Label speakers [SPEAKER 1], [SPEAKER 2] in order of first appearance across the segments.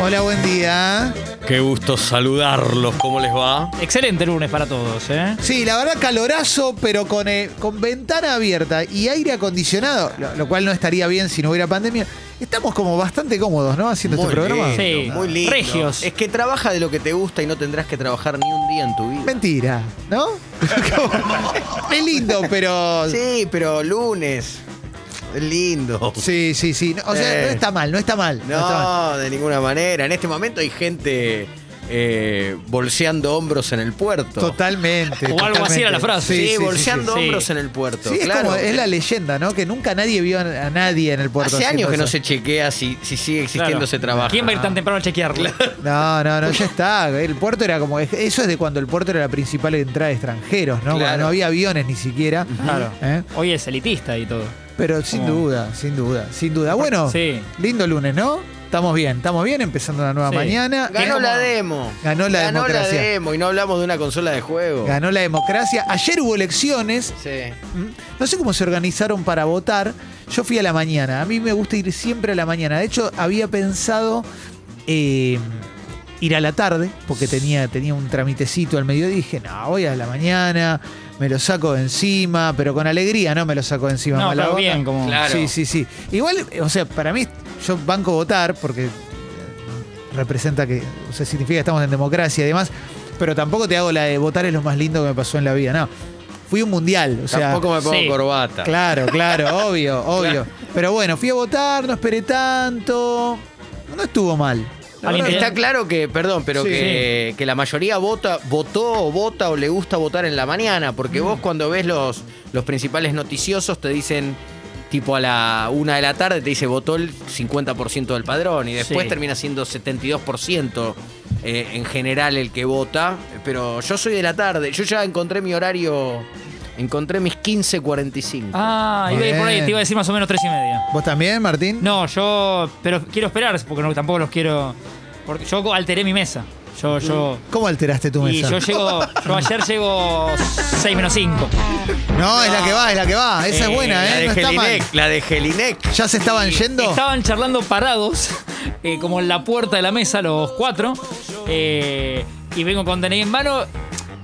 [SPEAKER 1] Hola, buen día.
[SPEAKER 2] Qué gusto saludarlos, ¿cómo les va?
[SPEAKER 3] Excelente lunes para todos, ¿eh?
[SPEAKER 1] Sí, la verdad, calorazo, pero con, eh, con ventana abierta y aire acondicionado, lo, lo cual no estaría bien si no hubiera pandemia. Estamos como bastante cómodos, ¿no? Haciendo
[SPEAKER 4] Muy
[SPEAKER 1] este programa.
[SPEAKER 4] lindo,
[SPEAKER 3] Sí.
[SPEAKER 4] muy lindo.
[SPEAKER 3] Regios.
[SPEAKER 4] Es que trabaja de lo que te gusta y no tendrás que trabajar ni un día en tu vida.
[SPEAKER 1] Mentira, ¿no? Como- es lindo, pero.
[SPEAKER 4] Sí, pero lunes. Lindo.
[SPEAKER 1] Sí, sí, sí. O sea,
[SPEAKER 4] Eh.
[SPEAKER 1] no está mal, no está mal. no está mal.
[SPEAKER 4] No, de ninguna manera. En este momento hay gente eh, bolseando hombros en el puerto.
[SPEAKER 1] Totalmente.
[SPEAKER 3] O algo así era la
[SPEAKER 1] totalmente.
[SPEAKER 3] frase.
[SPEAKER 4] Sí,
[SPEAKER 1] Sí, sí, sí,
[SPEAKER 4] bolseando
[SPEAKER 3] sí.
[SPEAKER 4] hombros
[SPEAKER 3] Sí.
[SPEAKER 4] en el puerto.
[SPEAKER 1] Sí, es,
[SPEAKER 4] claro.
[SPEAKER 1] como, es la leyenda, ¿no? Que nunca nadie vio a, a nadie en el puerto.
[SPEAKER 4] Hace años
[SPEAKER 1] haciendo
[SPEAKER 4] que no
[SPEAKER 1] eso.
[SPEAKER 4] se chequea si, si sigue existiendo
[SPEAKER 3] Claro.
[SPEAKER 4] ese trabajo.
[SPEAKER 3] ¿Quién va a ir tan temprano a chequearlo?
[SPEAKER 1] No, no, no, ya está. El puerto era como. Eso es de cuando el puerto era la principal entrada de extranjeros, ¿no?
[SPEAKER 4] Claro.
[SPEAKER 1] Cuando no había aviones ni siquiera.
[SPEAKER 3] Claro.
[SPEAKER 1] ¿Eh?
[SPEAKER 3] Hoy es elitista y todo.
[SPEAKER 1] Pero sin
[SPEAKER 3] Como-
[SPEAKER 1] duda, sin duda, sin duda. Bueno,
[SPEAKER 3] Sí.
[SPEAKER 1] lindo lunes, ¿no? Estamos bien, estamos bien, empezando una nueva
[SPEAKER 3] Sí.
[SPEAKER 1] mañana.
[SPEAKER 4] Ganó
[SPEAKER 3] ¿Cómo?
[SPEAKER 4] la demo.
[SPEAKER 1] Ganó la democracia.
[SPEAKER 4] demo y no hablamos de una consola de juego.
[SPEAKER 1] Ganó la democracia. Ayer hubo elecciones.
[SPEAKER 4] Sí.
[SPEAKER 1] Mm. No sé cómo se organizaron para votar. Yo fui a la mañana. A mí me gusta ir siempre a la mañana. De hecho, había pensado eh, ir a la tarde, porque tenía, tenía un tramitecito al mediodía. Dije, no, voy a la mañana, me lo saco de encima, pero con alegría, ¿no? Me lo saco de encima.
[SPEAKER 3] No,
[SPEAKER 1] mala
[SPEAKER 3] pero
[SPEAKER 1] onda.
[SPEAKER 3] bien, como.
[SPEAKER 4] Claro.
[SPEAKER 1] Sí, sí, sí. Igual, eh, o sea, para mí, yo banco votar porque eh, representa que, o sea, significa que estamos en democracia y demás, pero tampoco te hago la de votar es lo más lindo que me pasó en la vida, no. Fui a un mundial, o sea.
[SPEAKER 4] Tampoco me pongo
[SPEAKER 3] sí.
[SPEAKER 4] corbata.
[SPEAKER 1] Claro, claro, obvio, obvio. Pero bueno, fui a votar, no esperé tanto. No estuvo mal. La
[SPEAKER 3] Alguien
[SPEAKER 1] verdad-
[SPEAKER 4] Está claro que, perdón, pero
[SPEAKER 1] Sí.
[SPEAKER 4] que, que la mayoría vota, votó o vota o le gusta votar en la mañana, porque
[SPEAKER 1] Mm.
[SPEAKER 4] vos cuando ves los, los principales noticiosos te dicen, tipo a la una de la tarde, te dice votó el 50% del padrón y después
[SPEAKER 3] Sí.
[SPEAKER 4] termina siendo 72% eh, en general el que vota, pero yo soy de la tarde, yo ya encontré mi horario, encontré mis 15.45.
[SPEAKER 3] Ah, iba a ir por ahí,
[SPEAKER 1] Bien.
[SPEAKER 3] te iba a decir más o menos tres y media.
[SPEAKER 1] ¿Vos también, Martín?
[SPEAKER 3] No, yo. Pero quiero esperar, porque no, tampoco los quiero. Porque yo alteré mi mesa. Yo, yo.
[SPEAKER 1] ¿Cómo alteraste tu
[SPEAKER 3] Y
[SPEAKER 1] mesa?
[SPEAKER 3] yo llego. Yo ayer llego 6 menos 5.
[SPEAKER 1] No, es la que va, es la que va. Esa
[SPEAKER 3] Sí,
[SPEAKER 1] es buena,
[SPEAKER 4] la,
[SPEAKER 1] ¿eh?
[SPEAKER 4] de
[SPEAKER 1] No está mal.
[SPEAKER 4] Gelinec, la de Gelinec.
[SPEAKER 1] ¿Ya se estaban yendo?
[SPEAKER 3] Estaban charlando parados, eh, como en la puerta de la mesa, los cuatro. eh, y vengo con DNI en mano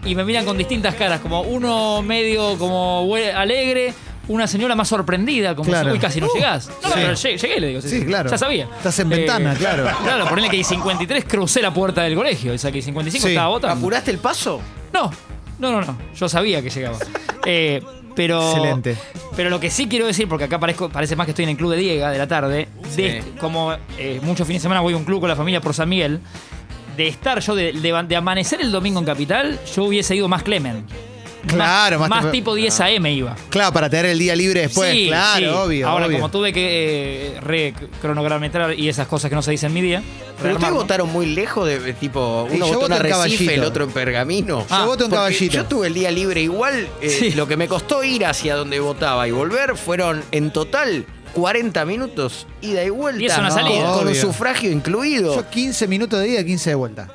[SPEAKER 3] y me miran con distintas caras, como uno medio como hue- alegre, una señora más sorprendida, como
[SPEAKER 1] Claro. Uh,
[SPEAKER 3] uy, casi no llegás. No,
[SPEAKER 1] sí.
[SPEAKER 3] pero lleg- llegué, le digo.
[SPEAKER 1] Sí, claro.
[SPEAKER 3] Ya sabía. Eh,
[SPEAKER 1] Estás en ventana, claro.
[SPEAKER 3] Claro, ponele que hay 53 crucé la puerta del colegio, o sea que 55
[SPEAKER 1] Sí.
[SPEAKER 3] estaba votando.
[SPEAKER 4] ¿Apuraste el paso?
[SPEAKER 3] No, no, no, no. Yo sabía que llegaba. Eh, pero.
[SPEAKER 1] Excelente.
[SPEAKER 3] Pero lo que sí quiero decir, porque acá parezco- parece más que estoy en el club de Diega de la tarde, de-
[SPEAKER 4] Sí.
[SPEAKER 3] como eh, muchos fines de semana voy a un club con la familia por San Miguel, de estar yo, de, de- de amanecer el domingo en Capital, yo hubiese ido más Clemen.
[SPEAKER 1] Claro, más
[SPEAKER 3] más, más
[SPEAKER 1] temprano.
[SPEAKER 3] tipo 10 AM iba.
[SPEAKER 1] Claro, para tener el día libre después,
[SPEAKER 3] Sí,
[SPEAKER 1] claro,
[SPEAKER 3] sí.
[SPEAKER 1] obvio.
[SPEAKER 3] Ahora,
[SPEAKER 1] obvio.
[SPEAKER 3] como tuve que eh, recronogrametrar y esas cosas que no se dicen en mi día.
[SPEAKER 4] Pero ustedes
[SPEAKER 3] rearmarlo.
[SPEAKER 4] votaron muy lejos de, de tipo,
[SPEAKER 1] Y yo
[SPEAKER 4] uno votó en
[SPEAKER 1] voto en
[SPEAKER 4] Arrecife,
[SPEAKER 1] Caballito.
[SPEAKER 4] el otro en Pergamino.
[SPEAKER 1] Yo voto en
[SPEAKER 4] Ah, Porque
[SPEAKER 1] Caballito.
[SPEAKER 4] Yo tuve el día libre igual. eh,
[SPEAKER 3] Sí.
[SPEAKER 4] Lo que me costó ir hacia donde votaba y volver fueron en total 40 minutos ida y vuelta.
[SPEAKER 3] Y es una
[SPEAKER 4] No,
[SPEAKER 3] salida.
[SPEAKER 4] Con un
[SPEAKER 1] Obvio.
[SPEAKER 4] sufragio incluido.
[SPEAKER 1] Yo 15 minutos de ida, 15 de vuelta.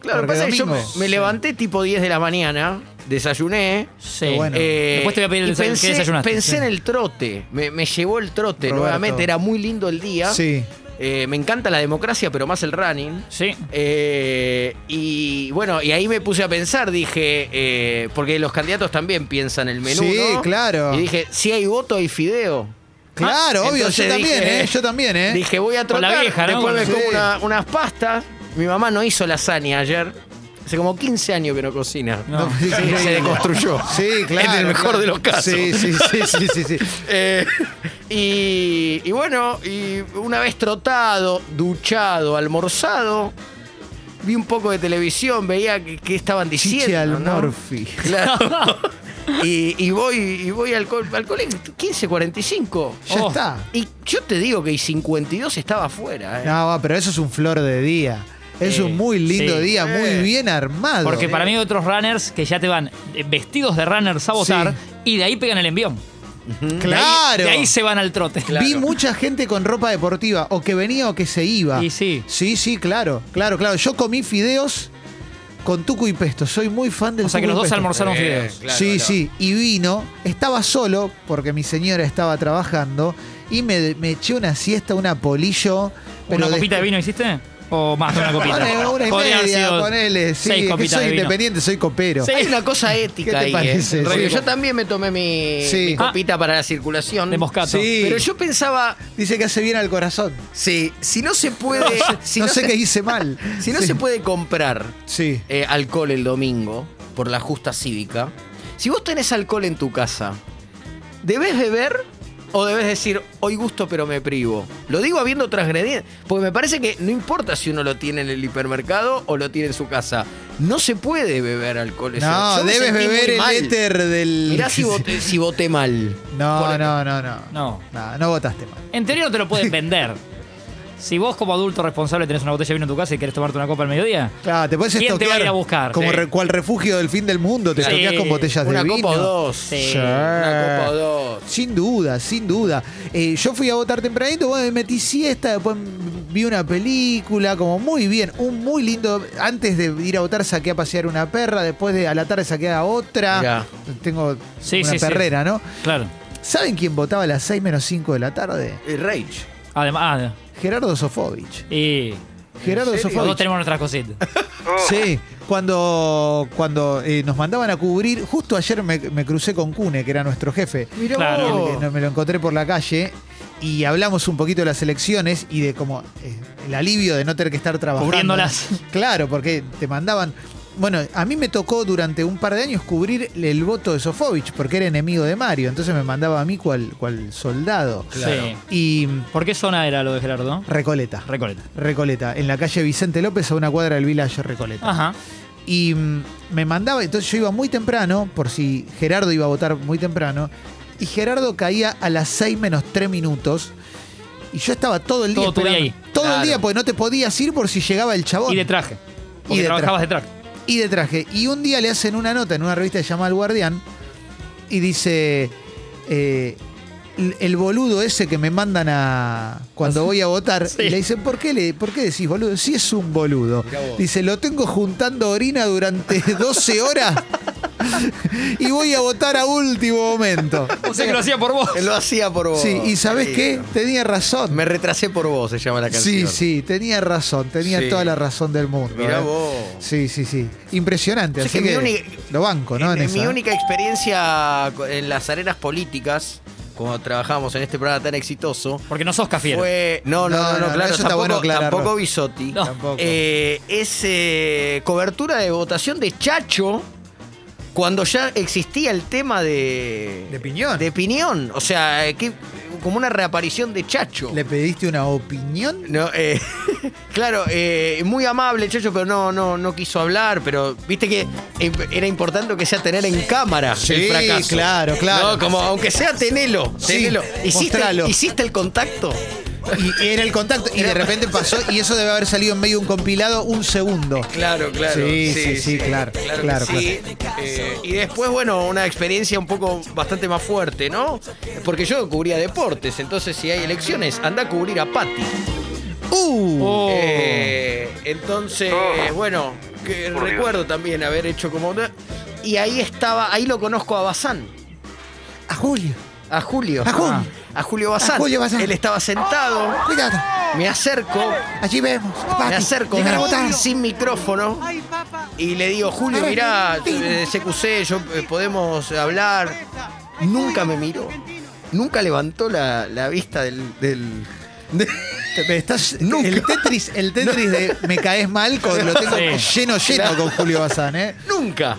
[SPEAKER 4] claro, lo
[SPEAKER 1] porque
[SPEAKER 4] que pasa es que yo me,
[SPEAKER 1] domingo.
[SPEAKER 4] me levanté tipo 10 de la mañana, desayuné.
[SPEAKER 3] Sí.
[SPEAKER 1] bueno.
[SPEAKER 4] eh,
[SPEAKER 3] Después te voy a pedir el
[SPEAKER 4] y
[SPEAKER 3] desay- qué
[SPEAKER 4] pensé,
[SPEAKER 3] desayunaste,
[SPEAKER 4] pensé
[SPEAKER 3] sí.
[SPEAKER 4] en el trote, me, me llevó el trote
[SPEAKER 1] Roberto.
[SPEAKER 4] nuevamente, era muy lindo el día.
[SPEAKER 1] Sí.
[SPEAKER 4] Eh, me encanta la democracia, pero más el running.
[SPEAKER 3] Sí.
[SPEAKER 4] Eh, y bueno, y ahí me puse a pensar, dije, eh, porque los candidatos también piensan el menú.
[SPEAKER 1] Sí,
[SPEAKER 4] ¿no?
[SPEAKER 1] claro.
[SPEAKER 4] Y dije, si hay voto, hay fideo.
[SPEAKER 1] Claro, obvio, yo
[SPEAKER 4] Ah, Entonces
[SPEAKER 1] también,
[SPEAKER 4] dije-
[SPEAKER 1] ¿eh? Yo también, ¿eh?
[SPEAKER 4] Dije, voy a
[SPEAKER 3] Con la
[SPEAKER 4] trotar,
[SPEAKER 3] vieja, ¿no?
[SPEAKER 4] después me
[SPEAKER 1] Sí.
[SPEAKER 4] como una- unas pastas. Mi mamá no hizo lasaña ayer. Hace como 15 años que no cocina.
[SPEAKER 3] No.
[SPEAKER 1] Sí,
[SPEAKER 4] Sí,
[SPEAKER 1] sí,
[SPEAKER 4] se deconstruyó.
[SPEAKER 1] Sí, claro.
[SPEAKER 4] En el mejor
[SPEAKER 1] claro.
[SPEAKER 4] de los casos.
[SPEAKER 1] Sí, sí, sí, sí, sí. sí.
[SPEAKER 4] Eh, y, y bueno, y una vez trotado, duchado, almorzado, vi un poco de televisión, veía que, que estaban diciendo.
[SPEAKER 1] Chiche
[SPEAKER 4] ¿no?
[SPEAKER 1] al Morphy.
[SPEAKER 4] Claro. y, y voy, y voy al, co- al colegio, 15.45.
[SPEAKER 1] Ya
[SPEAKER 3] Oh.
[SPEAKER 1] está.
[SPEAKER 4] Y yo te digo que el 52 estaba afuera. ¿eh?
[SPEAKER 1] No, va, pero eso es un flor de día. Es
[SPEAKER 3] Sí,
[SPEAKER 1] un muy lindo
[SPEAKER 3] sí.
[SPEAKER 1] día, muy
[SPEAKER 4] Sí.
[SPEAKER 1] bien armado.
[SPEAKER 3] Porque para mí hay otros runners que ya te van eh, vestidos de runners a votar y de ahí pegan el envión. De ahí-
[SPEAKER 1] Mm. claro.
[SPEAKER 3] De ahí, se van al trote.
[SPEAKER 1] Vi mucha gente con ropa deportiva, o que venía o que se iba.
[SPEAKER 3] Y sí.
[SPEAKER 1] Sí, sí, claro, claro, claro. Yo comí fideos con tuco y pesto. Soy muy fan del
[SPEAKER 3] O sea que
[SPEAKER 1] tuco y
[SPEAKER 3] los dos
[SPEAKER 1] pesto.
[SPEAKER 3] almorzaron
[SPEAKER 4] Eh,
[SPEAKER 3] fideos.
[SPEAKER 4] claro,
[SPEAKER 1] sí,
[SPEAKER 4] claro.
[SPEAKER 1] sí, y vino, estaba solo porque mi señora estaba trabajando y me, me eché una siesta, una polillo.
[SPEAKER 3] ¿Una
[SPEAKER 1] des-
[SPEAKER 3] copita de vino hiciste? o más de una copita.
[SPEAKER 1] Ponele una y
[SPEAKER 3] Podría haber
[SPEAKER 1] media,
[SPEAKER 3] sido
[SPEAKER 1] ponele. Sí,
[SPEAKER 3] seis
[SPEAKER 1] es que
[SPEAKER 3] copitas
[SPEAKER 1] soy
[SPEAKER 3] de vino.
[SPEAKER 1] independiente, soy copero.
[SPEAKER 3] Sí.
[SPEAKER 4] Hay una cosa ética
[SPEAKER 1] ¿Qué te
[SPEAKER 4] ahí.
[SPEAKER 1] parece?
[SPEAKER 4] eh. Porque
[SPEAKER 1] Sí.
[SPEAKER 4] yo también me tomé mi,
[SPEAKER 1] Sí. Ah.
[SPEAKER 4] mi copita para la circulación.
[SPEAKER 3] De moscato.
[SPEAKER 1] Sí.
[SPEAKER 4] Pero yo pensaba,
[SPEAKER 1] Dice que hace bien al corazón.
[SPEAKER 4] sí, si no se puede. si
[SPEAKER 1] no, sé
[SPEAKER 4] se-
[SPEAKER 1] qué hice mal.
[SPEAKER 4] Si no
[SPEAKER 1] Sí.
[SPEAKER 4] se puede comprar
[SPEAKER 1] Sí.
[SPEAKER 4] eh, alcohol el domingo por la justa cívica, si vos tenés alcohol en tu casa, ¿debes beber o debes decir hoy gusto pero me privo? Lo digo habiendo transgredido, porque me parece que no importa si uno lo tiene en el hipermercado o lo tiene en su casa, no se puede beber alcohol. ese-
[SPEAKER 1] No,
[SPEAKER 4] yo me
[SPEAKER 1] debes
[SPEAKER 4] sentí muy
[SPEAKER 1] beber el
[SPEAKER 4] mal.
[SPEAKER 1] éter del.
[SPEAKER 4] Mirá si voté, si voté mal.
[SPEAKER 1] No,
[SPEAKER 4] Por-
[SPEAKER 1] no, no, no.
[SPEAKER 3] No.
[SPEAKER 1] No, no votaste mal.
[SPEAKER 3] En teoría no te lo pueden vender. Si vos como adulto responsable tenés una botella de vino en tu casa y querés tomarte una copa al mediodía,
[SPEAKER 1] Claro, te puedes
[SPEAKER 3] ¿Quién te va a
[SPEAKER 1] estoquear.
[SPEAKER 3] ir a buscar?
[SPEAKER 1] Como
[SPEAKER 3] Sí.
[SPEAKER 1] re- cual refugio del fin del mundo, te
[SPEAKER 3] Sí.
[SPEAKER 1] estoqueas con botellas
[SPEAKER 4] Una
[SPEAKER 1] de vino.
[SPEAKER 4] copa o dos.
[SPEAKER 3] Sí.
[SPEAKER 1] Sí.
[SPEAKER 4] Una copa o dos.
[SPEAKER 1] Sin duda, sin duda. Eh, yo fui a votar tempranito, bueno, me metí siesta, después vi una película, como muy bien, un muy lindo. Antes de ir a votar saqué a pasear una perra, después de a la tarde saqué a otra.
[SPEAKER 4] Mirá.
[SPEAKER 1] Tengo
[SPEAKER 3] Sí,
[SPEAKER 1] una
[SPEAKER 3] sí, sí.
[SPEAKER 1] perrera, ¿no?
[SPEAKER 3] claro.
[SPEAKER 1] ¿Saben quién votaba a las 6 menos 5 de la tarde?
[SPEAKER 4] El Rage.
[SPEAKER 3] Además, ah,
[SPEAKER 1] Gerardo Sofovich.
[SPEAKER 3] y
[SPEAKER 1] Gerardo
[SPEAKER 4] serio?
[SPEAKER 3] los dos
[SPEAKER 1] Sofovich.
[SPEAKER 3] tenemos nuestras cositas.
[SPEAKER 1] Sí, cuando, cuando eh, nos mandaban a cubrir, justo ayer me, me crucé con Cune, que era nuestro jefe.
[SPEAKER 4] Mirá
[SPEAKER 3] Claro.
[SPEAKER 4] vos.
[SPEAKER 1] Porque no- me lo encontré por la calle y hablamos un poquito de las elecciones y de cómo eh, el alivio de no tener que estar trabajando.
[SPEAKER 3] Cubriéndolas.
[SPEAKER 1] Claro, porque te mandaban. Bueno, a mí me tocó durante un par de años cubrir el voto de Sofovich, porque era enemigo de Mario, entonces me mandaba a mí cual, cual soldado.
[SPEAKER 3] Sí.
[SPEAKER 1] Y
[SPEAKER 3] ¿Por qué zona era lo de Gerardo?
[SPEAKER 1] Recoleta.
[SPEAKER 3] Recoleta.
[SPEAKER 1] Recoleta, en la calle Vicente López a una cuadra del Village Recoleta.
[SPEAKER 3] Ajá.
[SPEAKER 1] Y mm, me mandaba, entonces yo iba muy temprano, por si Gerardo iba a votar muy temprano, y Gerardo caía a las 6 menos 3 minutos. Y yo estaba todo el día.
[SPEAKER 3] Todo tu día
[SPEAKER 1] esperando.
[SPEAKER 3] ahí.
[SPEAKER 1] Todo
[SPEAKER 4] Claro.
[SPEAKER 1] el día, porque no te podías ir por si llegaba el chabón.
[SPEAKER 3] Y de traje. Porque
[SPEAKER 1] de
[SPEAKER 3] trabajabas de traje.
[SPEAKER 1] y de traje. Y un día le hacen una nota en una revista llamada El Guardián y dice: eh, el- El boludo ese que me mandan a.
[SPEAKER 4] Ah,
[SPEAKER 1] cuando voy a votar.
[SPEAKER 3] Sí.
[SPEAKER 1] Y le dicen: ¿Por qué, le, ¿Por qué decís boludo? Si es un boludo.
[SPEAKER 4] Mirá vos.
[SPEAKER 1] Dice: Lo tengo juntando orina durante 12 horas y voy a votar a último momento.
[SPEAKER 3] O sea que lo hacía por vos.
[SPEAKER 4] Él lo hacía por vos.
[SPEAKER 1] Sí, y ¿sabés qué?
[SPEAKER 4] Querido.
[SPEAKER 1] Tenía razón.
[SPEAKER 4] Me retrasé por vos, se llama la
[SPEAKER 1] Sí,
[SPEAKER 4] canción.
[SPEAKER 1] sí, tenía razón. Tenía
[SPEAKER 4] Sí.
[SPEAKER 1] toda la razón del mundo.
[SPEAKER 4] Mirá
[SPEAKER 1] ¿eh?
[SPEAKER 4] vos.
[SPEAKER 1] Sí, sí, sí. Impresionante.
[SPEAKER 4] O sea
[SPEAKER 1] Así
[SPEAKER 4] que
[SPEAKER 1] que
[SPEAKER 4] mi única-
[SPEAKER 1] lo banco, ¿no? En
[SPEAKER 4] En- en
[SPEAKER 1] esa,
[SPEAKER 4] mi
[SPEAKER 1] ¿eh?
[SPEAKER 4] única experiencia co- en las arenas políticas, cuando trabajábamos en este programa tan exitoso,
[SPEAKER 3] Porque no sos cafiero.
[SPEAKER 4] fue. No, no,
[SPEAKER 1] No,
[SPEAKER 4] no, no,
[SPEAKER 1] no, no,
[SPEAKER 4] claro,
[SPEAKER 1] eso está
[SPEAKER 4] tampoco,
[SPEAKER 1] bueno aclararlo.
[SPEAKER 4] tampoco Bisotti.
[SPEAKER 3] No.
[SPEAKER 1] Tampoco.
[SPEAKER 4] Eh, es eh, cobertura de votación de Chacho cuando ya existía el tema de.
[SPEAKER 1] De Piñón.
[SPEAKER 4] De Piñón. O sea, eh, que- como una reaparición de Chacho.
[SPEAKER 1] ¿Le pediste una opinión?
[SPEAKER 4] No, eh, claro, eh, muy amable, Chacho, pero no, no, no quiso hablar. Pero viste que eh, era importante que sea tener en cámara el
[SPEAKER 1] Sí,
[SPEAKER 4] fracaso.
[SPEAKER 1] claro, claro.
[SPEAKER 4] No, como aunque sea tenelo,
[SPEAKER 1] Sí,
[SPEAKER 4] tenelo. ¿Hiciste,
[SPEAKER 1] mostralo.
[SPEAKER 4] hiciste el contacto?
[SPEAKER 1] Y era el contacto. Y de repente pasó, y eso debe haber salido en medio de un compilado un segundo.
[SPEAKER 4] Claro, claro.
[SPEAKER 1] Sí, sí, sí, claro,
[SPEAKER 4] que
[SPEAKER 1] claro,
[SPEAKER 4] sí. Eh, y después, bueno, una experiencia un poco bastante más fuerte, ¿no? Porque yo cubría deportes, entonces si hay elecciones, anda a cubrir a Patti.
[SPEAKER 1] ¡Uh!
[SPEAKER 3] Oh.
[SPEAKER 4] Eh, entonces, bueno, que recuerdo también haber hecho como. Y ahí estaba, ahí lo conozco a Bazán,
[SPEAKER 1] A Julio.
[SPEAKER 4] a Julio.
[SPEAKER 1] A Julio.
[SPEAKER 4] A Julio Bazán.
[SPEAKER 1] A Julio Bazán.
[SPEAKER 4] Él estaba sentado,
[SPEAKER 1] Cuidado.
[SPEAKER 4] me acerco,
[SPEAKER 1] Allí vemos.
[SPEAKER 4] me
[SPEAKER 1] Pati,
[SPEAKER 4] acerco
[SPEAKER 1] llegar a votar.
[SPEAKER 4] sin micrófono y le digo, Julio, mirá, eh, CQC, yo, eh, podemos hablar. Nunca me miró, nunca levantó la, la vista del. del- de-
[SPEAKER 1] Te- me estás-
[SPEAKER 4] Nunca.
[SPEAKER 1] El Tetris, el Tetris de me caes mal, con, lo tengo
[SPEAKER 3] Sí.
[SPEAKER 1] lleno, lleno con Julio Bazán, ¿eh?
[SPEAKER 4] Nunca.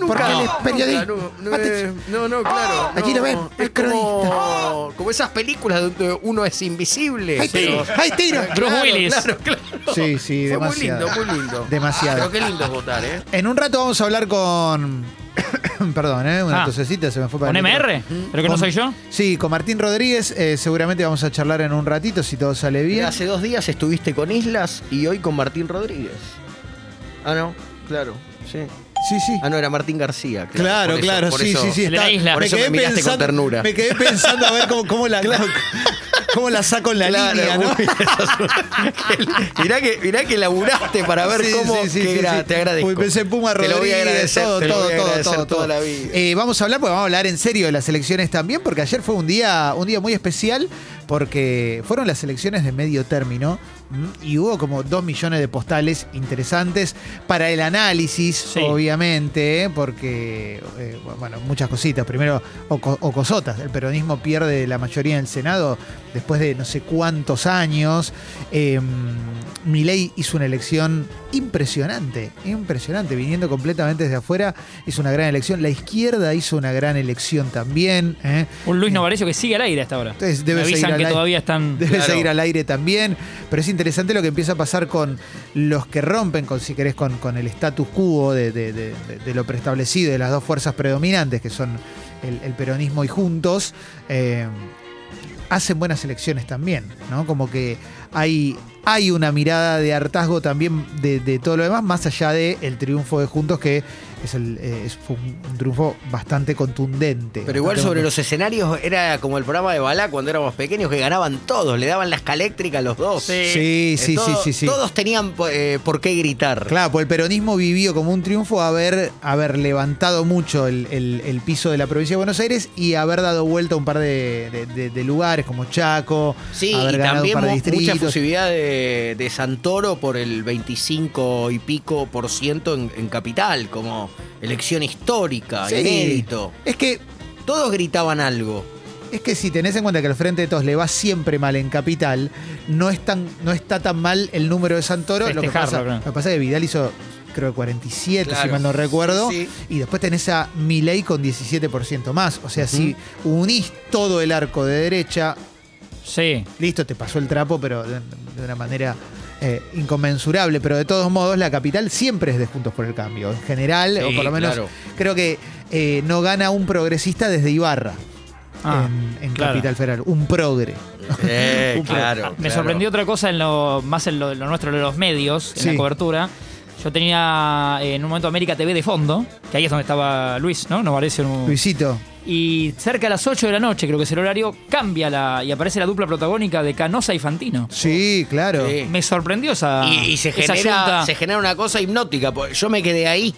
[SPEAKER 4] Nunca.
[SPEAKER 1] Porque él es
[SPEAKER 4] Nunca,
[SPEAKER 1] periodista.
[SPEAKER 4] No, no,
[SPEAKER 1] Atención.
[SPEAKER 4] eh, no, no, claro.
[SPEAKER 1] Allí lo
[SPEAKER 4] no.
[SPEAKER 1] ven,
[SPEAKER 4] Es
[SPEAKER 1] el cronista.
[SPEAKER 4] Como, como esas películas donde uno es invisible.
[SPEAKER 1] ¡Hay tiro!
[SPEAKER 4] pero-
[SPEAKER 1] ¡Hay tiro!
[SPEAKER 3] Bruce Willis.
[SPEAKER 4] Claro, claro.
[SPEAKER 1] Sí, sí,
[SPEAKER 4] Fue
[SPEAKER 1] demasiado.
[SPEAKER 4] Muy lindo, muy lindo.
[SPEAKER 1] Demasiado.
[SPEAKER 4] Pero qué lindo es votar, ¿eh?
[SPEAKER 1] En un rato vamos a hablar con. Perdón, ¿eh? Una
[SPEAKER 3] Ah.
[SPEAKER 1] tosecita se me fue para
[SPEAKER 3] ¿Con
[SPEAKER 1] el micro.
[SPEAKER 3] MR? ¿Pero que no
[SPEAKER 1] ¿Mm? Con-
[SPEAKER 3] soy yo?
[SPEAKER 1] Sí, con Martín Rodríguez. eh, seguramente vamos a charlar en un ratito si todo sale bien.
[SPEAKER 4] Hace dos días estuviste con Islas y hoy con Martín Rodríguez. Ah, no, claro. Sí.
[SPEAKER 1] Sí, sí.
[SPEAKER 4] Ah, no, era Martín García.
[SPEAKER 1] Claro,
[SPEAKER 4] por eso-
[SPEAKER 1] claro,
[SPEAKER 4] por
[SPEAKER 1] sí,
[SPEAKER 4] eso-
[SPEAKER 1] sí, sí.
[SPEAKER 3] El de la isla.
[SPEAKER 4] por
[SPEAKER 1] me
[SPEAKER 4] eso me
[SPEAKER 1] quedé
[SPEAKER 4] miraste con
[SPEAKER 1] pensando-
[SPEAKER 4] ternura.
[SPEAKER 1] Me quedé pensando a ver cómo, cómo la, cómo la saco en la
[SPEAKER 4] Claro,
[SPEAKER 1] línea, ¿no?
[SPEAKER 4] muy Mirá que, mirá que laburaste para ver
[SPEAKER 1] Sí,
[SPEAKER 4] cómo
[SPEAKER 1] sí, sí,
[SPEAKER 4] que
[SPEAKER 1] sí,
[SPEAKER 4] gra-
[SPEAKER 1] sí.
[SPEAKER 4] te agradezco.
[SPEAKER 1] Uy, pensé en Puma
[SPEAKER 4] Te
[SPEAKER 1] Rodríguez,
[SPEAKER 4] lo voy a agradecer,
[SPEAKER 1] todo,
[SPEAKER 4] te lo
[SPEAKER 1] todo,
[SPEAKER 4] voy a
[SPEAKER 1] todo,
[SPEAKER 4] agradecer
[SPEAKER 1] todo,
[SPEAKER 4] toda
[SPEAKER 1] todo.
[SPEAKER 4] la vida.
[SPEAKER 1] Eh, vamos a hablar, porque vamos a hablar en serio de las elecciones también, porque ayer fue un día, un día muy especial, porque fueron las elecciones de medio término ¿m? Y hubo como dos millones de postales interesantes para el análisis,
[SPEAKER 3] Sí.
[SPEAKER 1] obviamente, ¿eh? porque, eh, bueno, muchas cositas. Primero, oco- ocosotas. El peronismo pierde la mayoría en el Senado después de no sé cuántos años. Eh, Milei hizo una elección impresionante, impresionante, viniendo completamente desde afuera. Hizo una gran elección. La izquierda hizo una gran elección también. ¿eh?
[SPEAKER 3] Un Luis Novarecio que sigue al aire hasta ahora.
[SPEAKER 1] Entonces, debe
[SPEAKER 3] Me
[SPEAKER 1] seguir
[SPEAKER 3] avisan
[SPEAKER 1] al
[SPEAKER 3] que
[SPEAKER 1] aire.
[SPEAKER 3] todavía están.
[SPEAKER 1] Debe
[SPEAKER 4] Claro.
[SPEAKER 1] seguir al aire también. Pero es interesante lo que empieza a pasar con los que rompen, con, si querés, con, con el status quo de, de- de- de- de lo preestablecido, de las dos fuerzas predominantes, que son el, el peronismo y juntos. eh, hacen buenas elecciones también, ¿no? Como que hay, hay una mirada de hartazgo también de, de todo lo demás, más allá del el triunfo de Juntos, que es, el, eh, es- fue un, un triunfo bastante contundente.
[SPEAKER 4] Pero igual
[SPEAKER 1] Bastante
[SPEAKER 4] sobre
[SPEAKER 1] contundente.
[SPEAKER 4] los escenarios era como el programa de Balá cuando éramos pequeños que ganaban todos, le daban las caléctricas a los dos.
[SPEAKER 1] Sí,
[SPEAKER 4] Eh,
[SPEAKER 1] sí, sí,
[SPEAKER 4] todo-
[SPEAKER 1] sí, sí.
[SPEAKER 4] Todos tenían eh, por qué gritar.
[SPEAKER 1] Claro, pues el peronismo vivió como un triunfo haber, haber levantado mucho el, el- el piso de la provincia de Buenos Aires y haber dado vuelta a un par de, de- de- de lugares como Chaco,
[SPEAKER 4] Sí,
[SPEAKER 1] haber
[SPEAKER 4] y
[SPEAKER 1] ganado un
[SPEAKER 4] también
[SPEAKER 1] par de
[SPEAKER 4] mu- mucha
[SPEAKER 1] distritos.
[SPEAKER 4] fusividad de, de Santoro por el 25 y pico por ciento en, en Capital, como elección histórica,
[SPEAKER 1] Sí.
[SPEAKER 4] inédito.
[SPEAKER 1] Es que,
[SPEAKER 4] Todos gritaban algo.
[SPEAKER 1] es que si tenés en cuenta que al frente de todos le va siempre mal en Capital, no, es tan- no está tan mal el número de Santoro. Lo que,
[SPEAKER 3] Festejarlo,
[SPEAKER 1] pasa,
[SPEAKER 3] claro.
[SPEAKER 1] lo que pasa es que Vidal hizo, creo, 47, si
[SPEAKER 4] Claro.
[SPEAKER 1] mal no recuerdo.
[SPEAKER 4] Sí,
[SPEAKER 1] Y después tenés a Milei con 17% más. O sea, si unís todo el arco de derecha,
[SPEAKER 3] Sí.
[SPEAKER 1] listo, te pasó el trapo, pero de, de una manera eh, inconmensurable. Pero de todos modos, la capital siempre es de Juntos por el Cambio, en general,
[SPEAKER 4] Sí,
[SPEAKER 1] o por lo menos
[SPEAKER 4] claro.
[SPEAKER 1] creo que eh, no gana un progresista desde Ibarra.
[SPEAKER 3] Ah,
[SPEAKER 1] en en
[SPEAKER 3] claro.
[SPEAKER 1] Capital Federal, un progre.
[SPEAKER 4] Eh,
[SPEAKER 3] Un pro-
[SPEAKER 4] claro.
[SPEAKER 3] Ah, Me
[SPEAKER 4] claro.
[SPEAKER 3] sorprendió otra cosa en lo, más en lo, lo nuestro, lo de los medios, en
[SPEAKER 1] Sí.
[SPEAKER 3] la cobertura. Yo tenía eh, en un momento América TV de fondo, que ahí es donde estaba Luis, ¿no? Nos parece un...
[SPEAKER 1] Luisito,
[SPEAKER 3] Y cerca de las 8 de la noche, creo que es el horario, cambia la y aparece la dupla protagónica de Canosa y Fantino.
[SPEAKER 1] sí, claro.
[SPEAKER 4] Sí.
[SPEAKER 3] Me sorprendió esa.
[SPEAKER 1] Ah.
[SPEAKER 4] Y, y se,
[SPEAKER 3] esa
[SPEAKER 4] genera,
[SPEAKER 3] yunta.
[SPEAKER 4] se genera una cosa hipnótica. po- Yo me quedé ahí.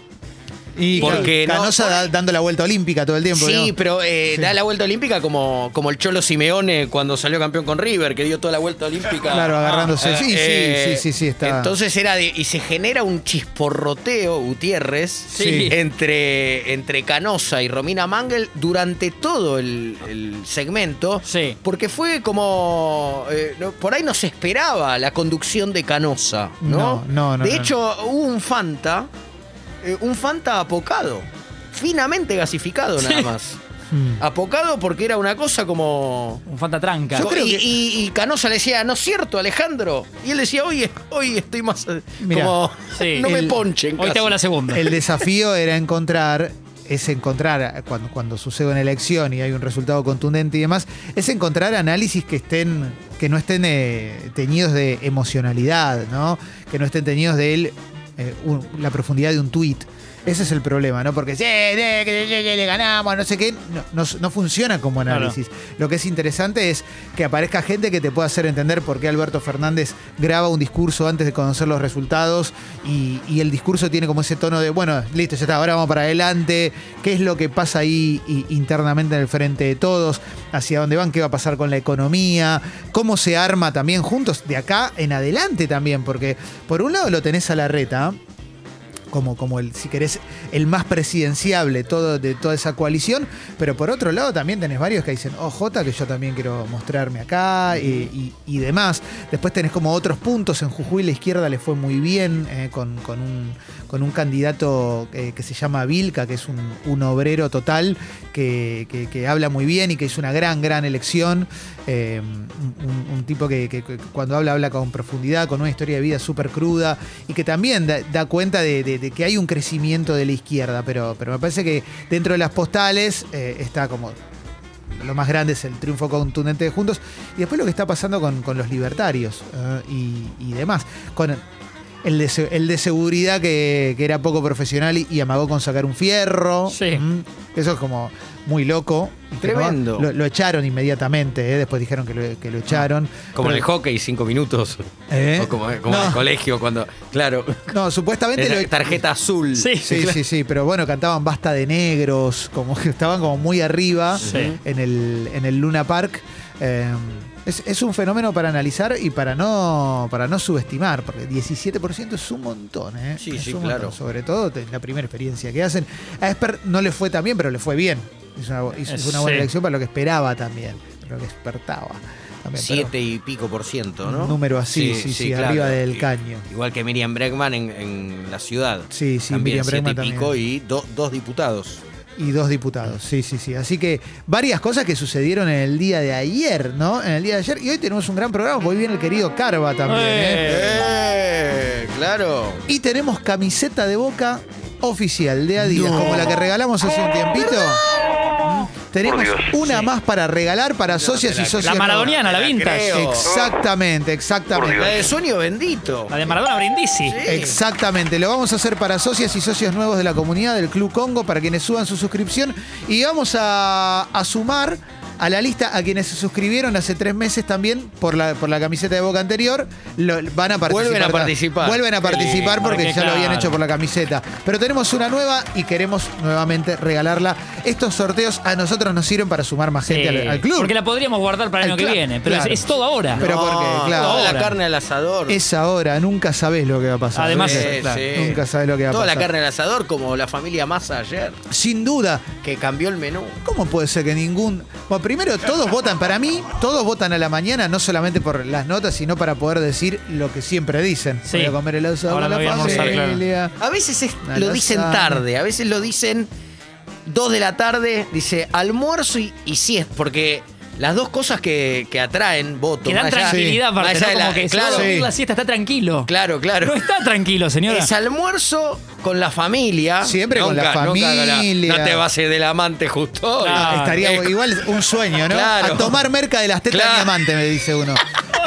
[SPEAKER 1] Y
[SPEAKER 4] Porque no-
[SPEAKER 1] Canosa da- dando la vuelta olímpica todo el tiempo.
[SPEAKER 4] Sí,
[SPEAKER 1] ¿no?
[SPEAKER 4] pero eh,
[SPEAKER 1] Sí.
[SPEAKER 4] da la vuelta olímpica como, como el Cholo Simeone cuando salió campeón con River, que dio toda la vuelta olímpica.
[SPEAKER 1] Claro, agarrándose. Sí, sí,
[SPEAKER 4] Eh,
[SPEAKER 1] sí, sí, sí, está.
[SPEAKER 4] Entonces era de- y se genera un chisporroteo, Gutiérrez,
[SPEAKER 3] Sí.
[SPEAKER 4] entre, entre Canosa y Romina Mangel durante todo el, el segmento.
[SPEAKER 3] Sí.
[SPEAKER 4] Porque fue como. eh, no- por ahí no se esperaba la conducción de Canosa,
[SPEAKER 1] No,
[SPEAKER 4] ¿no?
[SPEAKER 1] no, no,
[SPEAKER 4] De
[SPEAKER 1] no.
[SPEAKER 4] hecho, hubo un Fanta, eh, un Fanta apocado, finamente gasificado nada
[SPEAKER 3] Sí.
[SPEAKER 4] más.
[SPEAKER 1] Mm.
[SPEAKER 4] Apocado porque era una cosa como.
[SPEAKER 3] Un fantatranca.
[SPEAKER 1] Yo creo
[SPEAKER 4] y,
[SPEAKER 1] que-
[SPEAKER 4] y- y Canosa le decía, no es cierto, Alejandro. Y él decía, hoy, hoy estoy más. eh,
[SPEAKER 1] Mirá,
[SPEAKER 4] como,
[SPEAKER 3] sí.
[SPEAKER 4] no me
[SPEAKER 1] El-
[SPEAKER 4] ponchen.
[SPEAKER 3] Hoy te
[SPEAKER 4] casi".
[SPEAKER 3] hago la segunda.
[SPEAKER 1] El desafío era encontrar, es encontrar, cuando, cuando sucede una elección y hay un resultado contundente y demás, es encontrar análisis que estén, que no estén eh, teñidos de emocionalidad, ¿no? Que no estén teñidos de él, eh, un- la profundidad de un tuit. Ese es el problema, ¿no? Porque "Sí, eh, que le, le- le ganamos, no sé qué, no, no- no funciona como análisis. Lo que es interesante es que aparezca gente que te pueda hacer entender por qué Alberto Fernández graba un discurso antes de conocer los resultados y, y el discurso tiene como ese tono de, bueno, listo, ya está, ahora vamos para adelante, qué es lo que pasa ahí i- internamente en el frente de todos, hacia dónde van, qué va a pasar con la economía, cómo se arma también juntos de acá en adelante también, porque por un lado lo tenés a la reta como, como el, si querés, el más presidenciable todo, de toda esa coalición. Pero por otro lado también tenés varios que dicen, oh, Jota, que yo también quiero mostrarme acá eh, y, y demás. Después tenés como otros puntos. En Jujuy la izquierda le fue muy bien eh, con, con un, con un candidato eh, que se llama Vilca, que es un, un obrero total, que, que- que habla muy bien y que hizo una gran, gran elección. Eh, un, un- un tipo que, que- que cuando habla, habla con profundidad, con una historia de vida súper cruda y que también da, da cuenta de, de- de que hay un crecimiento de la izquierda, pero, pero me parece que dentro de las postales eh, está como lo más grande es el triunfo contundente de Juntos y después lo que está pasando con, con los libertarios eh, y, y demás, con el de, se- el de seguridad que, que era poco profesional y, y amagó con sacar un fierro,
[SPEAKER 3] Sí.
[SPEAKER 1] Mm, eso es como muy loco. y que no-
[SPEAKER 4] Tremendo.
[SPEAKER 1] Lo, lo echaron inmediatamente, eh, después dijeron que lo, que lo echaron.
[SPEAKER 4] Como en el
[SPEAKER 1] Pero-
[SPEAKER 4] hockey, cinco minutos.
[SPEAKER 1] ¿Eh?
[SPEAKER 4] Ah. O como, como en el
[SPEAKER 1] No.
[SPEAKER 4] colegio, cuando. Claro.
[SPEAKER 1] No, supuestamente
[SPEAKER 4] era
[SPEAKER 1] lo,
[SPEAKER 4] tarjeta azul.
[SPEAKER 3] Sí.
[SPEAKER 1] Sí, sí, sí, pero bueno, cantaban Basta de Negros, como que estaban como muy arriba
[SPEAKER 3] Sí.
[SPEAKER 1] en, el, en el Luna Park. Eh, Es, es un fenómeno para analizar y para no, para no subestimar, porque 17% es un montón, ¿eh?
[SPEAKER 4] Sí,
[SPEAKER 1] Es
[SPEAKER 4] sí,
[SPEAKER 1] un montón,
[SPEAKER 4] claro.
[SPEAKER 1] sobre todo en la primera experiencia que hacen. A Esper no le fue tan bien, pero le fue bien. Hizo una, bu- hizo
[SPEAKER 3] Eh,
[SPEAKER 1] una buena
[SPEAKER 3] sí.
[SPEAKER 1] elección para lo que esperaba también, para lo que despertaba. También, pero-
[SPEAKER 4] Siete y pico por ciento, ¿no?
[SPEAKER 1] Un número así, sí, sí, arriba del
[SPEAKER 4] I-
[SPEAKER 1] caño.
[SPEAKER 4] Igual que Miriam Bregman en, en la ciudad.
[SPEAKER 1] Sí, sí,
[SPEAKER 4] también
[SPEAKER 1] Miriam
[SPEAKER 4] siete
[SPEAKER 1] Bregman
[SPEAKER 4] y pico y do- dos diputados.
[SPEAKER 1] Y dos diputados, sí, sí, sí. Así que varias cosas que sucedieron en el día de ayer, ¿no? En el día de ayer. Y hoy tenemos un gran programa, porque hoy viene el querido Carva también, ¿eh?
[SPEAKER 4] ¡Eh! ¡Claro!
[SPEAKER 1] Y tenemos camiseta de boca oficial de Adidas, como la que regalamos hace un tiempito. Tenemos una más para regalar para socias y socios.
[SPEAKER 3] La
[SPEAKER 1] no.
[SPEAKER 3] maradoniana, la
[SPEAKER 4] la
[SPEAKER 3] vintage.
[SPEAKER 4] creo.
[SPEAKER 1] Exactamente, exactamente.
[SPEAKER 4] La de Sueño Bendito.
[SPEAKER 3] La de Maradona Brindisi.
[SPEAKER 4] Sí.
[SPEAKER 1] Exactamente, lo vamos a hacer para socias y socios nuevos de la comunidad del Club Congo, para quienes suban su suscripción. Y vamos a, a sumar a la lista a quienes se suscribieron hace tres meses también por la, por la camiseta de boca anterior. Lo- van a participar.
[SPEAKER 4] Vuelven a participar.
[SPEAKER 1] Vuelven a participar
[SPEAKER 3] Sí,
[SPEAKER 1] porque
[SPEAKER 3] porque
[SPEAKER 1] ya lo habían
[SPEAKER 3] claro.
[SPEAKER 1] hecho por la camiseta. Pero tenemos una nueva y queremos nuevamente regalarla. Estos sorteos a nosotros nos sirven para sumar más gente
[SPEAKER 3] Sí,
[SPEAKER 1] al, al club.
[SPEAKER 3] Eh, Porque la podríamos guardar para
[SPEAKER 1] Al
[SPEAKER 3] el año que
[SPEAKER 1] club,
[SPEAKER 3] viene. Pero es-
[SPEAKER 1] claro.
[SPEAKER 3] es, todo ahora.
[SPEAKER 1] Pero porque, claro.
[SPEAKER 4] Toda
[SPEAKER 3] Ahora.
[SPEAKER 4] la carne al asador.
[SPEAKER 1] Es ahora, nunca sabes lo que va a pasar.
[SPEAKER 3] Además,
[SPEAKER 1] ¿viste?
[SPEAKER 4] Sí,
[SPEAKER 1] Claro,
[SPEAKER 4] sí.
[SPEAKER 1] nunca sabes lo que va a
[SPEAKER 4] Toda
[SPEAKER 1] pasar.
[SPEAKER 4] la carne al asador, como la familia Massa ayer,
[SPEAKER 1] Sin duda,
[SPEAKER 4] que cambió el menú.
[SPEAKER 1] ¿Cómo puede ser que ningún.? Bueno, primero, todos votan, para mí, todos votan a la mañana, no solamente por las notas, sino para poder decir lo que siempre dicen.
[SPEAKER 3] Sí.
[SPEAKER 1] Voy a comer el asado
[SPEAKER 3] Ahora
[SPEAKER 1] con
[SPEAKER 3] me
[SPEAKER 1] la
[SPEAKER 3] voy a almorzar, claro.
[SPEAKER 1] familia.
[SPEAKER 4] A veces es-
[SPEAKER 1] Una
[SPEAKER 4] lo dicen
[SPEAKER 1] lasaña.
[SPEAKER 4] tarde, a veces lo dicen 2 de la tarde, dice almuerzo y, y siesta, porque las dos cosas que, que atraen votos.
[SPEAKER 3] Que dan
[SPEAKER 4] más allá-
[SPEAKER 3] tranquilidad,
[SPEAKER 4] más
[SPEAKER 3] aparte,
[SPEAKER 4] allá
[SPEAKER 3] ¿no?
[SPEAKER 4] de la-
[SPEAKER 3] Como que se va a
[SPEAKER 4] claro,
[SPEAKER 1] Sí.
[SPEAKER 3] dormir la siesta, está tranquilo.
[SPEAKER 4] claro, claro.
[SPEAKER 3] No está tranquilo, señora.
[SPEAKER 4] Es almuerzo con la familia.
[SPEAKER 1] Siempre con la
[SPEAKER 4] nunca con la-
[SPEAKER 1] familia.
[SPEAKER 4] no te vas a ir del amante justo hoy.
[SPEAKER 3] Claro. Ah,
[SPEAKER 1] Estaría
[SPEAKER 4] eh,
[SPEAKER 1] igual un sueño, ¿no?
[SPEAKER 4] Claro.
[SPEAKER 1] A tomar merca de las tetas
[SPEAKER 4] Claro.
[SPEAKER 1] de mi amante, me dice uno.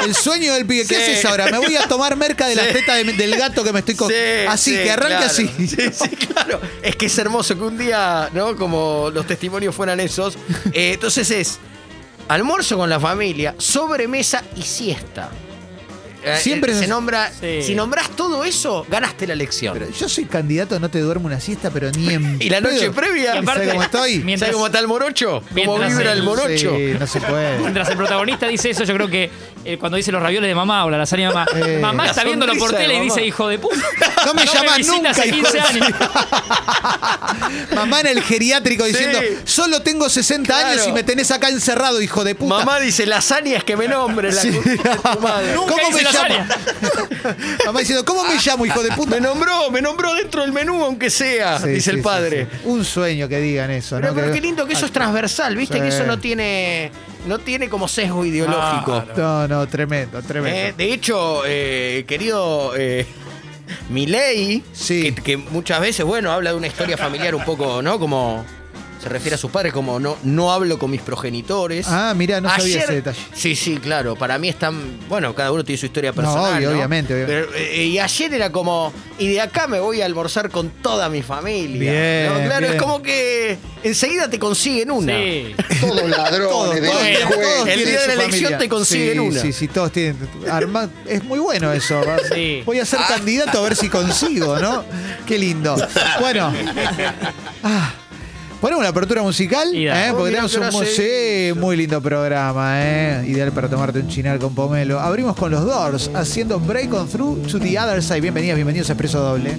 [SPEAKER 1] El sueño del pibe. ¿Qué
[SPEAKER 4] Sí.
[SPEAKER 1] haces ahora? Me voy a tomar merca de las
[SPEAKER 4] Sí.
[SPEAKER 1] tetas de mi- del gato que me estoy co-
[SPEAKER 4] Sí,
[SPEAKER 1] Así,
[SPEAKER 4] sí,
[SPEAKER 1] que arranque
[SPEAKER 4] claro.
[SPEAKER 1] así.
[SPEAKER 4] Sí, sí, claro. Es que es hermoso que un día, ¿no? Como los testimonios fueran esos. Eh, entonces es almuerzo con la familia, sobremesa y siesta. Eh,
[SPEAKER 1] Siempre
[SPEAKER 4] eh, se
[SPEAKER 1] es-
[SPEAKER 4] nombra.
[SPEAKER 3] Sí.
[SPEAKER 4] Si nombrás todo eso, ganaste la elección.
[SPEAKER 1] Pero yo soy candidato, no te duermo una siesta, pero ni en.
[SPEAKER 4] y la noche
[SPEAKER 1] pedo.
[SPEAKER 4] previa.
[SPEAKER 3] Y aparte-
[SPEAKER 1] ¿Sabes cómo estoy?
[SPEAKER 3] Mientras-
[SPEAKER 4] ¿Sabes cómo está el morocho? ¿Cómo
[SPEAKER 3] mientras
[SPEAKER 4] vibra
[SPEAKER 3] el-
[SPEAKER 4] el morocho?
[SPEAKER 1] Sí, no se puede.
[SPEAKER 3] Mientras el protagonista dice eso, yo creo que eh, cuando dice los ravioles de mamá o la lasaña de mamá,
[SPEAKER 1] Eh.
[SPEAKER 3] mamá
[SPEAKER 4] La
[SPEAKER 3] está viéndolo por
[SPEAKER 4] sonrisa de
[SPEAKER 3] tele y
[SPEAKER 4] mamá.
[SPEAKER 3] dice, hijo de puta.
[SPEAKER 1] No me llamás
[SPEAKER 3] visitas
[SPEAKER 1] nunca,
[SPEAKER 3] hace
[SPEAKER 1] hijo
[SPEAKER 3] 15
[SPEAKER 1] de-
[SPEAKER 3] años.
[SPEAKER 1] Mamá en el geriátrico
[SPEAKER 4] Sí.
[SPEAKER 1] diciendo, solo tengo 60 años
[SPEAKER 4] Claro.
[SPEAKER 1] y me tenés acá encerrado, hijo de puta.
[SPEAKER 4] Mamá dice, lasaña es que me nombre. La concha de tu madre.
[SPEAKER 1] ¿Cómo
[SPEAKER 3] Nunca
[SPEAKER 1] me
[SPEAKER 3] hice
[SPEAKER 1] llamo?
[SPEAKER 3] lasaña.
[SPEAKER 1] Mamá diciendo, ¿cómo
[SPEAKER 4] Ah.
[SPEAKER 1] me llamo, hijo de puta?
[SPEAKER 4] Me nombró, me nombró dentro del menú, aunque sea,
[SPEAKER 1] Sí,
[SPEAKER 4] dice
[SPEAKER 1] sí,
[SPEAKER 4] el
[SPEAKER 1] sí,
[SPEAKER 4] padre.
[SPEAKER 1] sí. Un sueño que digan eso,
[SPEAKER 4] Pero,
[SPEAKER 1] ¿no?
[SPEAKER 4] pero
[SPEAKER 1] Que-
[SPEAKER 4] qué lindo que eso es transversal, viste
[SPEAKER 1] Sí.
[SPEAKER 4] que eso no tiene, no tiene como sesgo ideológico.
[SPEAKER 1] No, no, tremendo, tremendo.
[SPEAKER 4] Eh, de hecho, eh, querido eh, Milei,
[SPEAKER 1] Sí.
[SPEAKER 4] que, que muchas veces, bueno, habla de una historia familiar un poco, ¿no? Como se refiere a sus padres, como no, no hablo con mis progenitores.
[SPEAKER 1] Ah, mirá, no sabía
[SPEAKER 4] Ayer-
[SPEAKER 1] ese detalle.
[SPEAKER 4] Sí, sí, claro. Para mí están. Bueno, cada uno tiene su historia personal.
[SPEAKER 1] obvio,
[SPEAKER 4] ¿no?
[SPEAKER 1] obviamente, obviamente.
[SPEAKER 4] Pero, eh, y ayer era como. Y de acá me voy a almorzar con toda mi familia.
[SPEAKER 1] Bien,
[SPEAKER 4] ¿no? Claro,
[SPEAKER 1] bien.
[SPEAKER 4] es como que enseguida te consiguen una.
[SPEAKER 3] Sí.
[SPEAKER 5] Todos ladrones
[SPEAKER 1] Todos,
[SPEAKER 5] de
[SPEAKER 1] todos,
[SPEAKER 3] delincuentes.
[SPEAKER 1] todos
[SPEAKER 4] El
[SPEAKER 1] tienen
[SPEAKER 4] día de
[SPEAKER 1] su
[SPEAKER 4] la elección
[SPEAKER 1] familia.
[SPEAKER 4] te consiguen
[SPEAKER 1] Sí,
[SPEAKER 4] una.
[SPEAKER 1] Sí, sí, todos tienen. arma- es muy bueno eso. va.
[SPEAKER 3] Sí.
[SPEAKER 1] Voy a ser candidato a ver si consigo, ¿no? Qué lindo. Bueno. Ah, ponemos una apertura musical,
[SPEAKER 3] Y dale.
[SPEAKER 1] ¿eh?
[SPEAKER 4] Oh,
[SPEAKER 1] porque
[SPEAKER 4] mirá
[SPEAKER 1] tenemos
[SPEAKER 4] qué
[SPEAKER 1] un
[SPEAKER 4] hora
[SPEAKER 1] mu-
[SPEAKER 4] se
[SPEAKER 1] sí, muy lindo programa, ¿eh? ideal para tomarte un chinar con pomelo. Abrimos con los Doors, haciendo Break on Through to the Other Side. Bienvenidas, bienvenidos a Expreso Doble.